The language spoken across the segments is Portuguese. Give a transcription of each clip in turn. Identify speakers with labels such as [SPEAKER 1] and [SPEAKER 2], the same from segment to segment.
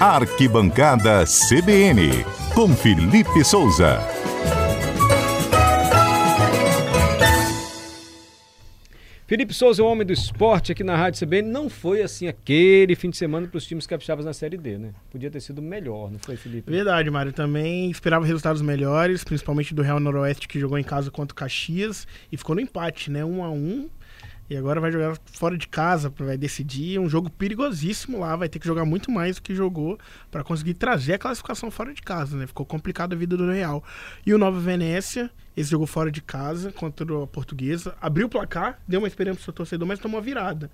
[SPEAKER 1] Arquibancada CBN, com Felipe Souza.
[SPEAKER 2] Felipe Souza é o homem do esporte aqui na Rádio CBN. Não foi assim aquele fim de semana para os times capixabas na Série D, né? Podia ter sido melhor, não foi, Felipe?
[SPEAKER 3] Verdade, Mário. Também esperava resultados melhores, principalmente do Real Noroeste, que jogou em casa contra o Caxias e ficou no empate, né? Um a um. E agora vai jogar fora de casa, vai decidir. É um jogo perigosíssimo lá, vai ter que jogar muito mais do que jogou para conseguir trazer a classificação fora de casa, né? Ficou complicado a vida do Real. E o Nova Venécia, esse jogou fora de casa contra a Portuguesa, abriu o placar, deu uma experiência pro seu torcedor, mas tomou a virada.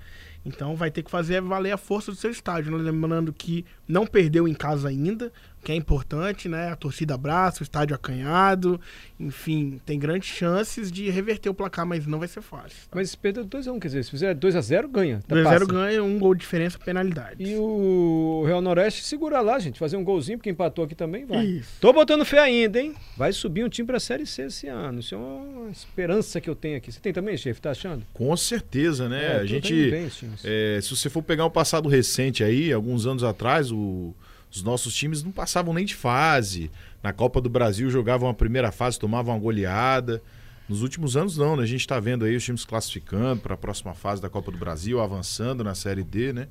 [SPEAKER 3] Então vai ter que fazer valer a força do seu estádio, Né? lembrando que não perdeu em casa ainda, que é importante, né? A torcida abraça, o estádio é acanhado, enfim, tem grandes chances de reverter o placar, mas não vai ser fácil.
[SPEAKER 2] Tá? Mas se perder 2x1, um, quer dizer, se fizer 2x0, ganha.
[SPEAKER 3] Tá 2x0 ganha, um gol de diferença, penalidade.
[SPEAKER 2] E o Real Noroeste segura lá, gente, fazer um golzinho, porque empatou aqui também, vai. Isso. Tô botando fé ainda, hein? Vai subir um time pra Série C esse ano. Isso é uma esperança que eu tenho aqui. Você tem também, chefe? Tá achando?
[SPEAKER 4] Com certeza, né? É, a gente. Bem, é, se você for pegar um passado recente aí, alguns anos atrás, o os nossos times não passavam nem de fase. Na Copa do Brasil jogavam a primeira fase, tomavam uma goleada. Nos últimos anos não, né? A gente está vendo aí os times classificando para a próxima fase da Copa do Brasil, avançando na Série D, né?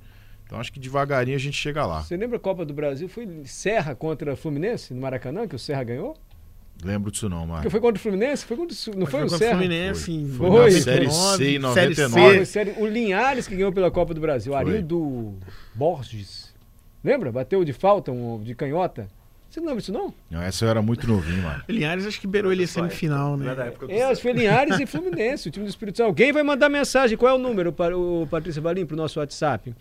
[SPEAKER 4] Então acho que devagarinho a gente chega lá.
[SPEAKER 2] Você lembra a Copa do Brasil? Foi Serra contra Fluminense no Maracanã que o Serra ganhou?
[SPEAKER 4] Lembro disso não, Marcos.
[SPEAKER 2] Foi contra o Fluminense? Foi contra, não Mas foi, foi
[SPEAKER 3] contra
[SPEAKER 2] o Serra?
[SPEAKER 3] Fluminense.
[SPEAKER 4] Foi, foi, foi. Série C em 99.
[SPEAKER 2] Série C. O Linhares que ganhou pela Copa do Brasil. Arindo Borges. Lembra? Bateu de falta, um, de canhota. Você não lembra disso, não?
[SPEAKER 4] Não, essa eu era muito novinho, mano.
[SPEAKER 3] Linhares acho que beirou ele semifinal, né?
[SPEAKER 2] É, acho que foi Linhares e Fluminense, o time do Espírito Santo. Alguém vai mandar mensagem. Qual é o número, para o Patrícia Valim, para o nosso WhatsApp?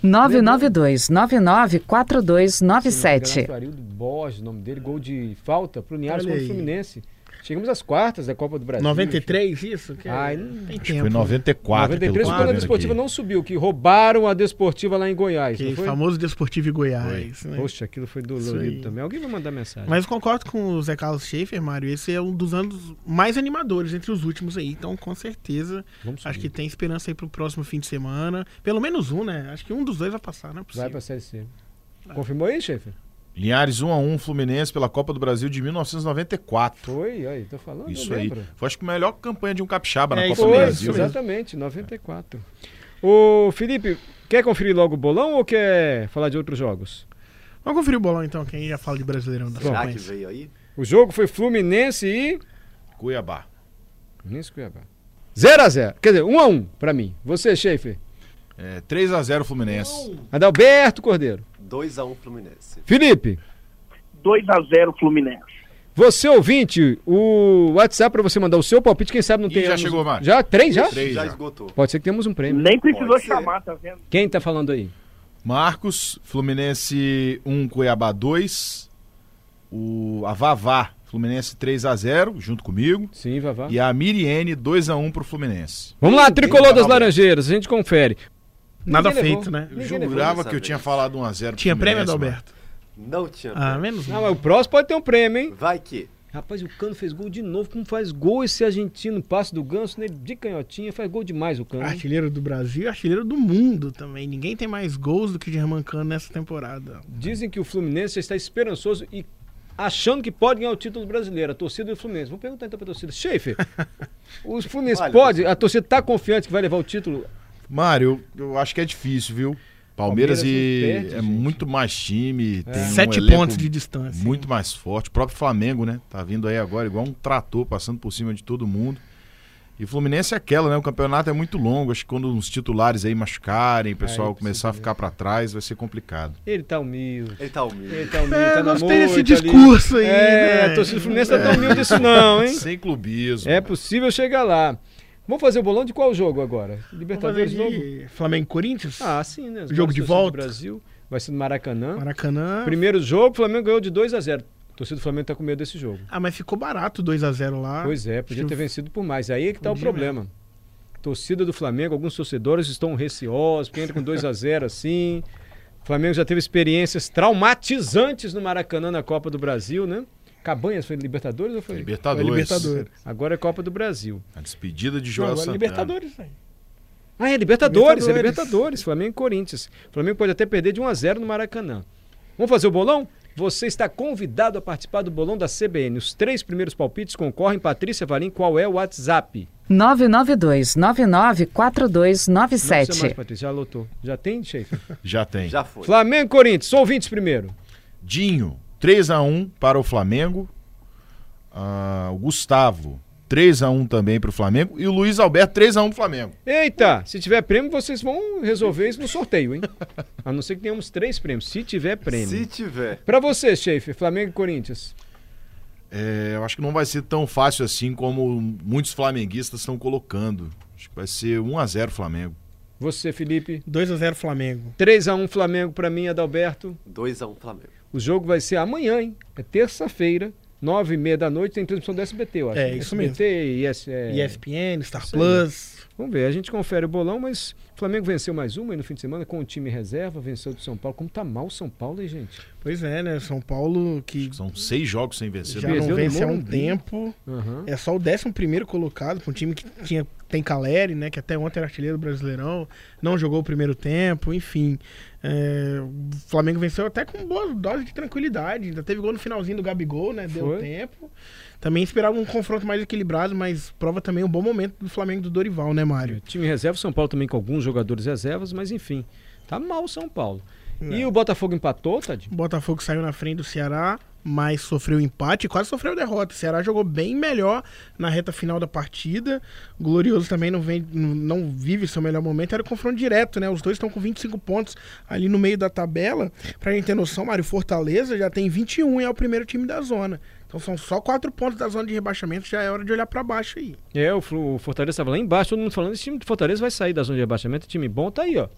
[SPEAKER 5] 992-994297.
[SPEAKER 2] Arildo Borges, o nome dele, gol de falta para o Linhares contra o Fluminense. Chegamos às quartas da Copa do Brasil.
[SPEAKER 3] 93, isso?
[SPEAKER 2] Que Ai, não
[SPEAKER 4] tem tempo. né? Foi 94.
[SPEAKER 2] 93, quando a Desportiva aqui. não subiu, que roubaram a Desportiva lá em Goiás.
[SPEAKER 3] Que famoso Desportivo em Goiás.
[SPEAKER 2] Né? Poxa, aquilo foi dolorido também. Alguém vai mandar mensagem.
[SPEAKER 3] Mas concordo com o Zé Carlos Schaefer, Mário. Esse é um dos anos mais animadores entre os últimos aí. Então, com certeza, acho que tem esperança aí pro próximo fim de semana. Pelo menos um, né? Acho que um dos dois vai passar, não é possível.
[SPEAKER 2] Vai pra Série C. Vai. Confirmou aí, Schaefer?
[SPEAKER 4] Linhares 1 a 1 Fluminense pela Copa do Brasil de 1994.
[SPEAKER 2] Foi, aí, tô falando.
[SPEAKER 4] Isso aí. Foi acho que a melhor campanha de um capixaba é, na Copa foi, do Brasil.
[SPEAKER 2] Exatamente, 94. É. Ô, Felipe, quer conferir logo o bolão ou quer falar de outros jogos?
[SPEAKER 3] Vamos conferir o bolão então, quem já fala de brasileirão da
[SPEAKER 6] Será que veio aí?
[SPEAKER 2] O jogo foi Fluminense e.
[SPEAKER 4] Cuiabá.
[SPEAKER 2] Fluminense e Cuiabá. 0x0. Quer dizer, 1x1 pra mim. Você, Schaefer?
[SPEAKER 4] É, 3x0 Fluminense. Não.
[SPEAKER 2] Adalberto Cordeiro.
[SPEAKER 6] 2x1 Fluminense.
[SPEAKER 2] Felipe.
[SPEAKER 7] 2x0 Fluminense.
[SPEAKER 2] Você ouvinte, o WhatsApp para você mandar o seu palpite, quem sabe não e tem.
[SPEAKER 4] Já chegou, Mário.
[SPEAKER 2] Já? Três já?
[SPEAKER 6] Três já, já esgotou.
[SPEAKER 2] Pode ser que temos um prêmio.
[SPEAKER 7] Nem precisou chamar, tá vendo?
[SPEAKER 2] Quem tá falando aí?
[SPEAKER 4] Marcos, Fluminense 1, Cuiabá 2. O, a Vavá, Fluminense 3x0, junto comigo.
[SPEAKER 2] Sim, Vavá.
[SPEAKER 4] E a Miriene 2x1 pro Fluminense.
[SPEAKER 2] Vamos lá, tricolor das Laranjeiras, a gente confere.
[SPEAKER 3] Nada Ninguém feito, levou. né?
[SPEAKER 4] Eu Ninguém jurava que eu vez. tinha falado 1x0
[SPEAKER 3] Tinha prêmio, Adalberto?
[SPEAKER 6] Não tinha.
[SPEAKER 3] Ah, menos
[SPEAKER 2] Não, mas o próximo pode ter um prêmio, hein?
[SPEAKER 6] Vai que.
[SPEAKER 2] Rapaz, o Cano fez gol de novo. Como faz gol esse argentino? Passe do Ganso nele de canhotinha. Faz gol demais o Cano.
[SPEAKER 3] Artilheiro do Brasil artilheiro do mundo também. Ninguém tem mais gols do que o German Cano nessa temporada.
[SPEAKER 2] Dizem que o Fluminense está esperançoso e achando que pode ganhar o título brasileiro, a torcida do Fluminense. Vamos perguntar então para a torcida. Schaefer, os Fluminense vale, pode? A torcida está confiante que vai levar o título
[SPEAKER 4] Mário, eu, eu, acho que é difícil, viu? Palmeiras, Palmeiras e perde, é gente. muito mais time, é. tem
[SPEAKER 3] sete um pontos de
[SPEAKER 2] Assim.
[SPEAKER 3] distância,
[SPEAKER 4] muito hein? mais forte. O próprio Flamengo, né? Tá vindo aí agora igual um trator passando por cima de todo mundo. E Fluminense é aquela, né? O campeonato é muito longo. Acho que quando os titulares aí machucarem, o pessoal é, começar a ficar para trás, vai ser complicado.
[SPEAKER 2] Ele tá humilde.
[SPEAKER 6] Ele tá humilde.
[SPEAKER 2] Ele tá humilde. É, tá
[SPEAKER 3] nós temos esse discurso ali. aí.
[SPEAKER 2] É, né? a torcida do Fluminense é. não tá humilde isso, não, hein?
[SPEAKER 4] Sem clubismo.
[SPEAKER 2] É possível chegar lá. Vamos fazer o bolão de qual jogo agora? Libertadores
[SPEAKER 3] Vamos fazer de novo? Flamengo Corinthians?
[SPEAKER 2] Ah, sim, né? As
[SPEAKER 3] jogo de volta. Ah.
[SPEAKER 2] Brasil vai ser no Maracanã.
[SPEAKER 3] Maracanã.
[SPEAKER 2] Primeiro jogo, o Flamengo ganhou de 2 a 0. A torcida do Flamengo tá com medo desse jogo.
[SPEAKER 3] Ah, mas ficou barato 2 a 0 lá.
[SPEAKER 2] Pois é, podia ter vencido por mais. Aí é que tá o
[SPEAKER 3] né?
[SPEAKER 2] problema. Mesmo. Torcida do Flamengo, alguns torcedores estão receosos, porque entra com 2 a 0 assim. O Flamengo já teve experiências traumatizantes no Maracanã na Copa do Brasil, né? Cabanhas foi Libertadores ou foi?
[SPEAKER 4] Libertadores.
[SPEAKER 2] Foi Libertadores. Agora é Copa do Brasil. é
[SPEAKER 4] A despedida de Joel Não, agora
[SPEAKER 2] né?
[SPEAKER 3] Santana. Libertadores, velho.
[SPEAKER 2] Ah, é Libertadores, é
[SPEAKER 3] Libertadores.
[SPEAKER 2] Libertadores, Flamengo e Corinthians. O Flamengo pode até perder de 1 a 0 no Maracanã. Vamos fazer o bolão? Você está convidado a participar do bolão da CBN. Os três primeiros palpites concorrem. Patrícia Valim, qual é o WhatsApp? Não precisa mais,
[SPEAKER 5] 992994297.
[SPEAKER 2] Patrícia, já lotou. Já tem, Schaefer?
[SPEAKER 4] Já tem.
[SPEAKER 6] Já foi.
[SPEAKER 2] Flamengo e Corinthians, ouvintes primeiro.
[SPEAKER 4] Dinho, 3x1 para o Flamengo. Ah, o Gustavo, 3x1 também para o Flamengo. E o Luiz Alberto, 3x1 pro Flamengo.
[SPEAKER 2] Eita, se tiver prêmio, vocês vão resolver isso no sorteio, hein? A não ser que tenhamos três prêmios. Se tiver prêmio.
[SPEAKER 6] Se tiver.
[SPEAKER 2] Pra você, Schaefer, Flamengo e Corinthians.
[SPEAKER 4] É, eu acho que não vai ser tão fácil assim como muitos flamenguistas estão colocando. Acho que vai ser 1x0 Flamengo.
[SPEAKER 2] Você, Felipe.
[SPEAKER 3] 2x0 Flamengo.
[SPEAKER 2] 3x1 Flamengo pra mim, Adalberto.
[SPEAKER 6] 2x1 Flamengo.
[SPEAKER 2] O jogo vai ser amanhã, hein? É terça-feira, nove e meia da noite, tem transmissão do SBT, eu acho. né?
[SPEAKER 3] É, isso mesmo.
[SPEAKER 2] SBT e ES, é...
[SPEAKER 3] ESPN, Star
[SPEAKER 2] Isso aí.
[SPEAKER 3] Plus.
[SPEAKER 2] Vamos ver, a gente confere o bolão, mas o Flamengo venceu mais uma aí no fim de semana com o time reserva, venceu do São Paulo. Como tá mal o São Paulo, hein, gente?
[SPEAKER 3] Pois é, né? São Paulo que
[SPEAKER 4] São seis jogos sem vencer.
[SPEAKER 3] já
[SPEAKER 2] perdeu
[SPEAKER 3] não
[SPEAKER 2] no
[SPEAKER 3] vence há um
[SPEAKER 2] Morumbi.
[SPEAKER 3] tempo.
[SPEAKER 2] Aham.
[SPEAKER 3] É só o 11 colocado, pra um time que tinha, tem Caleri, né? Que até ontem era artilheiro do Brasileirão, não jogou o primeiro tempo, enfim. É, o Flamengo venceu até com boa dose de tranquilidade. Ainda teve gol no finalzinho do Gabigol, né? Deu
[SPEAKER 2] Foi.
[SPEAKER 3] tempo. Também esperava um confronto mais equilibrado, mas prova também um bom momento do Flamengo do Dorival, né,
[SPEAKER 2] O
[SPEAKER 3] Mário?
[SPEAKER 2] time reserva, o São Paulo também com alguns jogadores reservas, mas enfim, tá mal o São Paulo.
[SPEAKER 3] É.
[SPEAKER 2] E o Botafogo empatou, Tadinho?
[SPEAKER 3] O Botafogo saiu na frente do Ceará, mas sofreu empate e quase sofreu derrota. O Ceará jogou bem melhor na reta final da partida. O Glorioso também não, vem, não- não vive seu melhor momento. Era o confronto direto, né? Os dois estão com 25 pontos ali no meio da tabela. Pra gente ter noção, Mário, Fortaleza já tem 21 e é o primeiro time da zona. Então são só quatro pontos da zona de rebaixamento, já é hora de olhar pra baixo aí.
[SPEAKER 2] É, o, Flu- o Fortaleza estava lá embaixo, todo mundo falando, esse time do Fortaleza vai sair da zona de rebaixamento, time bom tá aí, ó.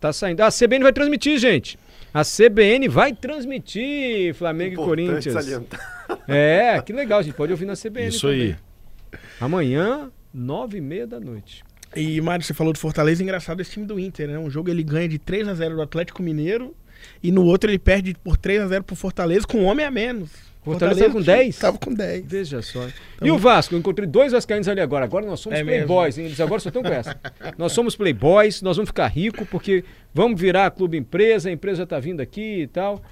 [SPEAKER 2] Tá saindo. A CBN vai transmitir, gente. A CBN vai transmitir Flamengo e
[SPEAKER 6] Importante
[SPEAKER 2] Corinthians.
[SPEAKER 6] salientar.
[SPEAKER 2] É, que legal, gente. Pode ouvir na CBN.
[SPEAKER 4] Isso aí.
[SPEAKER 2] também. Amanhã, nove e meia da noite.
[SPEAKER 3] E, Mário, você falou do Fortaleza, engraçado esse time do Inter, né? Um jogo ele ganha de 3 a 0 do Atlético Mineiro e no outro ele perde por 3 a 0 pro Fortaleza com um homem a menos.
[SPEAKER 2] Fortaleza tava com 10?
[SPEAKER 3] Tava com 10.
[SPEAKER 2] Veja só.
[SPEAKER 4] Então
[SPEAKER 2] E o Vasco? Eu encontrei dois vascaínos ali agora. Agora nós somos
[SPEAKER 3] É mesmo.
[SPEAKER 2] playboys, hein? Eles agora só estão com essa. nós somos playboys, nós vamos ficar rico porque vamos virar clube empresa, a empresa já tá vindo aqui e tal.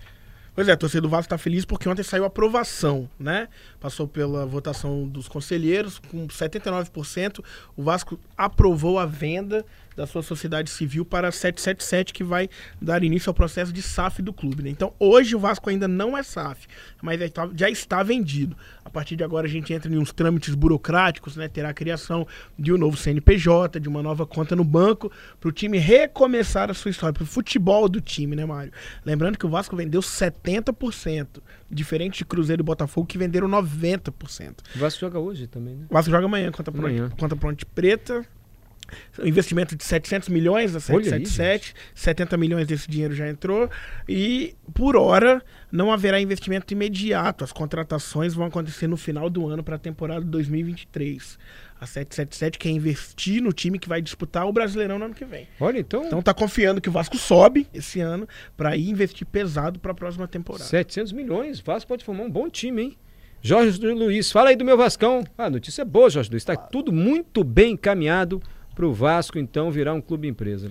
[SPEAKER 3] Pois é, a torcida do Vasco tá feliz porque ontem saiu a aprovação, né? Passou pela votação dos conselheiros com 79%, o Vasco aprovou a venda da sua sociedade civil para a 777 que vai dar início ao processo de SAF do clube, né? Então, hoje o Vasco ainda não é SAF, mas já está- já está vendido. A partir de agora a gente entra em uns trâmites burocráticos, né? Terá a criação de um novo CNPJ, de uma nova conta no banco, para o time recomeçar a sua história, para o futebol do time, né, Mário? Lembrando que o Vasco vendeu 70%, diferente de Cruzeiro e Botafogo que venderam 90%.
[SPEAKER 2] O Vasco joga hoje também, né?
[SPEAKER 3] O Vasco joga amanhã contra a
[SPEAKER 2] Amanhã.
[SPEAKER 3] Ponte, contra a Ponte Preta. Um investimento de 700 milhões né, da
[SPEAKER 2] Olha aí,
[SPEAKER 3] 777. 70 milhões desse dinheiro já entrou. E, por hora, não haverá investimento imediato. As contratações vão acontecer no final do ano para a temporada 2023. A 777 quer investir no time que vai disputar o Brasileirão no ano que vem.
[SPEAKER 2] Olha, então,
[SPEAKER 3] Então tá confiando que o Vasco sobe esse ano para ir investir pesado para a próxima temporada.
[SPEAKER 2] 700 milhões. O Vasco pode formar um bom time, hein? Jorge Luiz, fala aí do meu Vascão. Ah, a notícia é boa, Jorge Luiz. Tá tudo muito bem encaminhado pro Vasco, então, virar um clube empresa.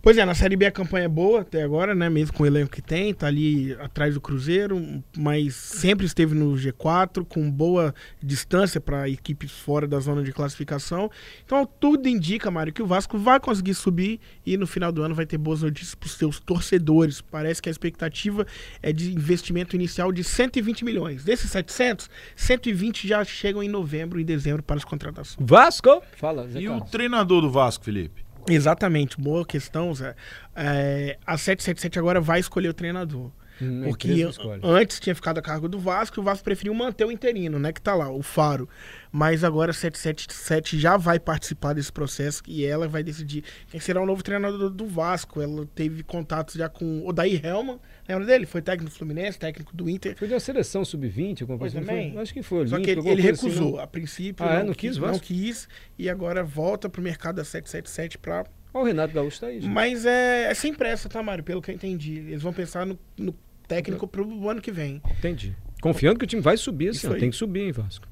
[SPEAKER 3] Pois é, na Série B a campanha é boa até agora, né? Mesmo com o elenco que tem, tá ali atrás do Cruzeiro, mas sempre esteve no G4, com boa distância para equipes fora da zona de classificação. Então tudo indica, Mário, que o Vasco vai conseguir subir e no final do ano vai ter boas notícias para os seus torcedores. Parece que a expectativa é de investimento inicial de 120 milhões. Desses 700, 120 já chegam em novembro e dezembro para as contratações.
[SPEAKER 2] Vasco! Fala, Zé
[SPEAKER 4] E o
[SPEAKER 2] Carlos.
[SPEAKER 4] treinador do Vasco, Felipe?
[SPEAKER 3] Exatamente, boa questão, Zé. É, a 777 agora vai escolher o treinador.
[SPEAKER 2] Hum, a
[SPEAKER 3] Porque
[SPEAKER 2] empresa que escolhe.
[SPEAKER 3] antes tinha ficado a cargo do Vasco e o Vasco preferiu manter o interino, né? Que tá lá, o Faro. Mas agora a 777 já vai participar desse processo e ela vai decidir quem será o novo treinador do Vasco. Ela teve contatos já com o Daí Helman, lembra dele? Foi técnico do Fluminense, técnico do Inter.
[SPEAKER 2] Foi de uma seleção sub-20, alguma
[SPEAKER 3] Foi
[SPEAKER 2] coisa assim,
[SPEAKER 3] também?
[SPEAKER 2] foi? Acho que foi.
[SPEAKER 3] Só que
[SPEAKER 2] Olímpico,
[SPEAKER 3] ele,
[SPEAKER 2] alguma
[SPEAKER 3] ele
[SPEAKER 2] coisa assim,
[SPEAKER 3] recusou
[SPEAKER 2] não?
[SPEAKER 3] a princípio.
[SPEAKER 2] Ah, é? Não quis o
[SPEAKER 3] não
[SPEAKER 2] Vasco?
[SPEAKER 3] quis. E agora volta pro mercado da 777 pra
[SPEAKER 2] Olha o Renato Gaúcho tá aí, gente.
[SPEAKER 3] Mas é, é sem pressa, tá, Mário? Pelo que eu entendi. Eles vão pensar no, no técnico pro ano que vem.
[SPEAKER 2] Entendi. Confiando que o time vai subir,
[SPEAKER 3] Isso
[SPEAKER 2] assim, ó,
[SPEAKER 3] aí.
[SPEAKER 2] tem que subir, hein, Vasco.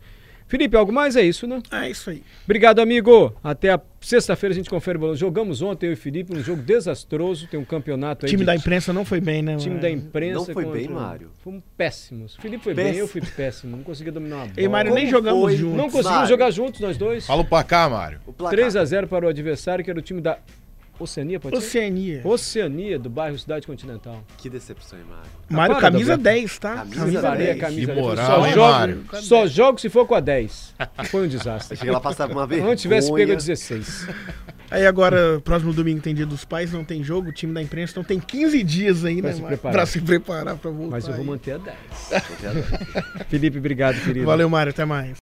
[SPEAKER 2] Felipe, algo mais? É isso, né?
[SPEAKER 3] É isso aí.
[SPEAKER 2] Obrigado, amigo. Até a sexta-feira a gente confere o bolão. Jogamos ontem, eu e o Felipe, um jogo desastroso. Tem um campeonato aí.
[SPEAKER 3] time
[SPEAKER 2] de-
[SPEAKER 3] da imprensa não foi bem, né?
[SPEAKER 2] Time
[SPEAKER 3] mano?
[SPEAKER 2] da imprensa.
[SPEAKER 6] É. Não foi bem, Mário.
[SPEAKER 2] Fomos péssimos. Felipe foi bem,
[SPEAKER 6] Péssimo.
[SPEAKER 2] eu fui péssimo. Não conseguia dominar uma bola.
[SPEAKER 3] E Mário, nem
[SPEAKER 6] Como
[SPEAKER 3] jogamos
[SPEAKER 6] foi?
[SPEAKER 3] juntos.
[SPEAKER 2] Não conseguimos
[SPEAKER 6] Mário.
[SPEAKER 2] jogar juntos, nós dois.
[SPEAKER 4] Fala pra cá, Mário.
[SPEAKER 6] O placar.
[SPEAKER 2] 3 a 0 para o adversário, que era o time da Oceania, pode ser?
[SPEAKER 3] Oceania.
[SPEAKER 2] Oceania, do bairro Cidade Continental.
[SPEAKER 6] Que decepção, hein, Mário?
[SPEAKER 3] Mário,
[SPEAKER 2] Tá parado,
[SPEAKER 3] camisa
[SPEAKER 2] Beto?
[SPEAKER 3] 10, tá?
[SPEAKER 6] Camisa
[SPEAKER 2] Eu falei
[SPEAKER 6] 10.
[SPEAKER 2] a camisa
[SPEAKER 4] Que
[SPEAKER 2] dele,
[SPEAKER 4] moral,
[SPEAKER 2] só
[SPEAKER 4] hein,
[SPEAKER 2] jogo-
[SPEAKER 4] Mário?
[SPEAKER 2] Só jogo se for com a 10. Foi um
[SPEAKER 6] Eu
[SPEAKER 2] desastre.
[SPEAKER 6] cheguei lá passava uma vez.
[SPEAKER 2] Não tivesse pego a 16.
[SPEAKER 3] Aí agora, próximo domingo tem dia dos pais, não tem jogo, o time da imprensa, então tem 15 dias aí,
[SPEAKER 2] Pra
[SPEAKER 3] né,
[SPEAKER 2] se
[SPEAKER 3] Mário?
[SPEAKER 2] preparar.
[SPEAKER 3] Pra se preparar pra voltar.
[SPEAKER 2] Mas eu vou
[SPEAKER 3] aí.
[SPEAKER 2] manter a 10. Felipe, obrigado, querido.
[SPEAKER 3] Valeu, Mário, até mais.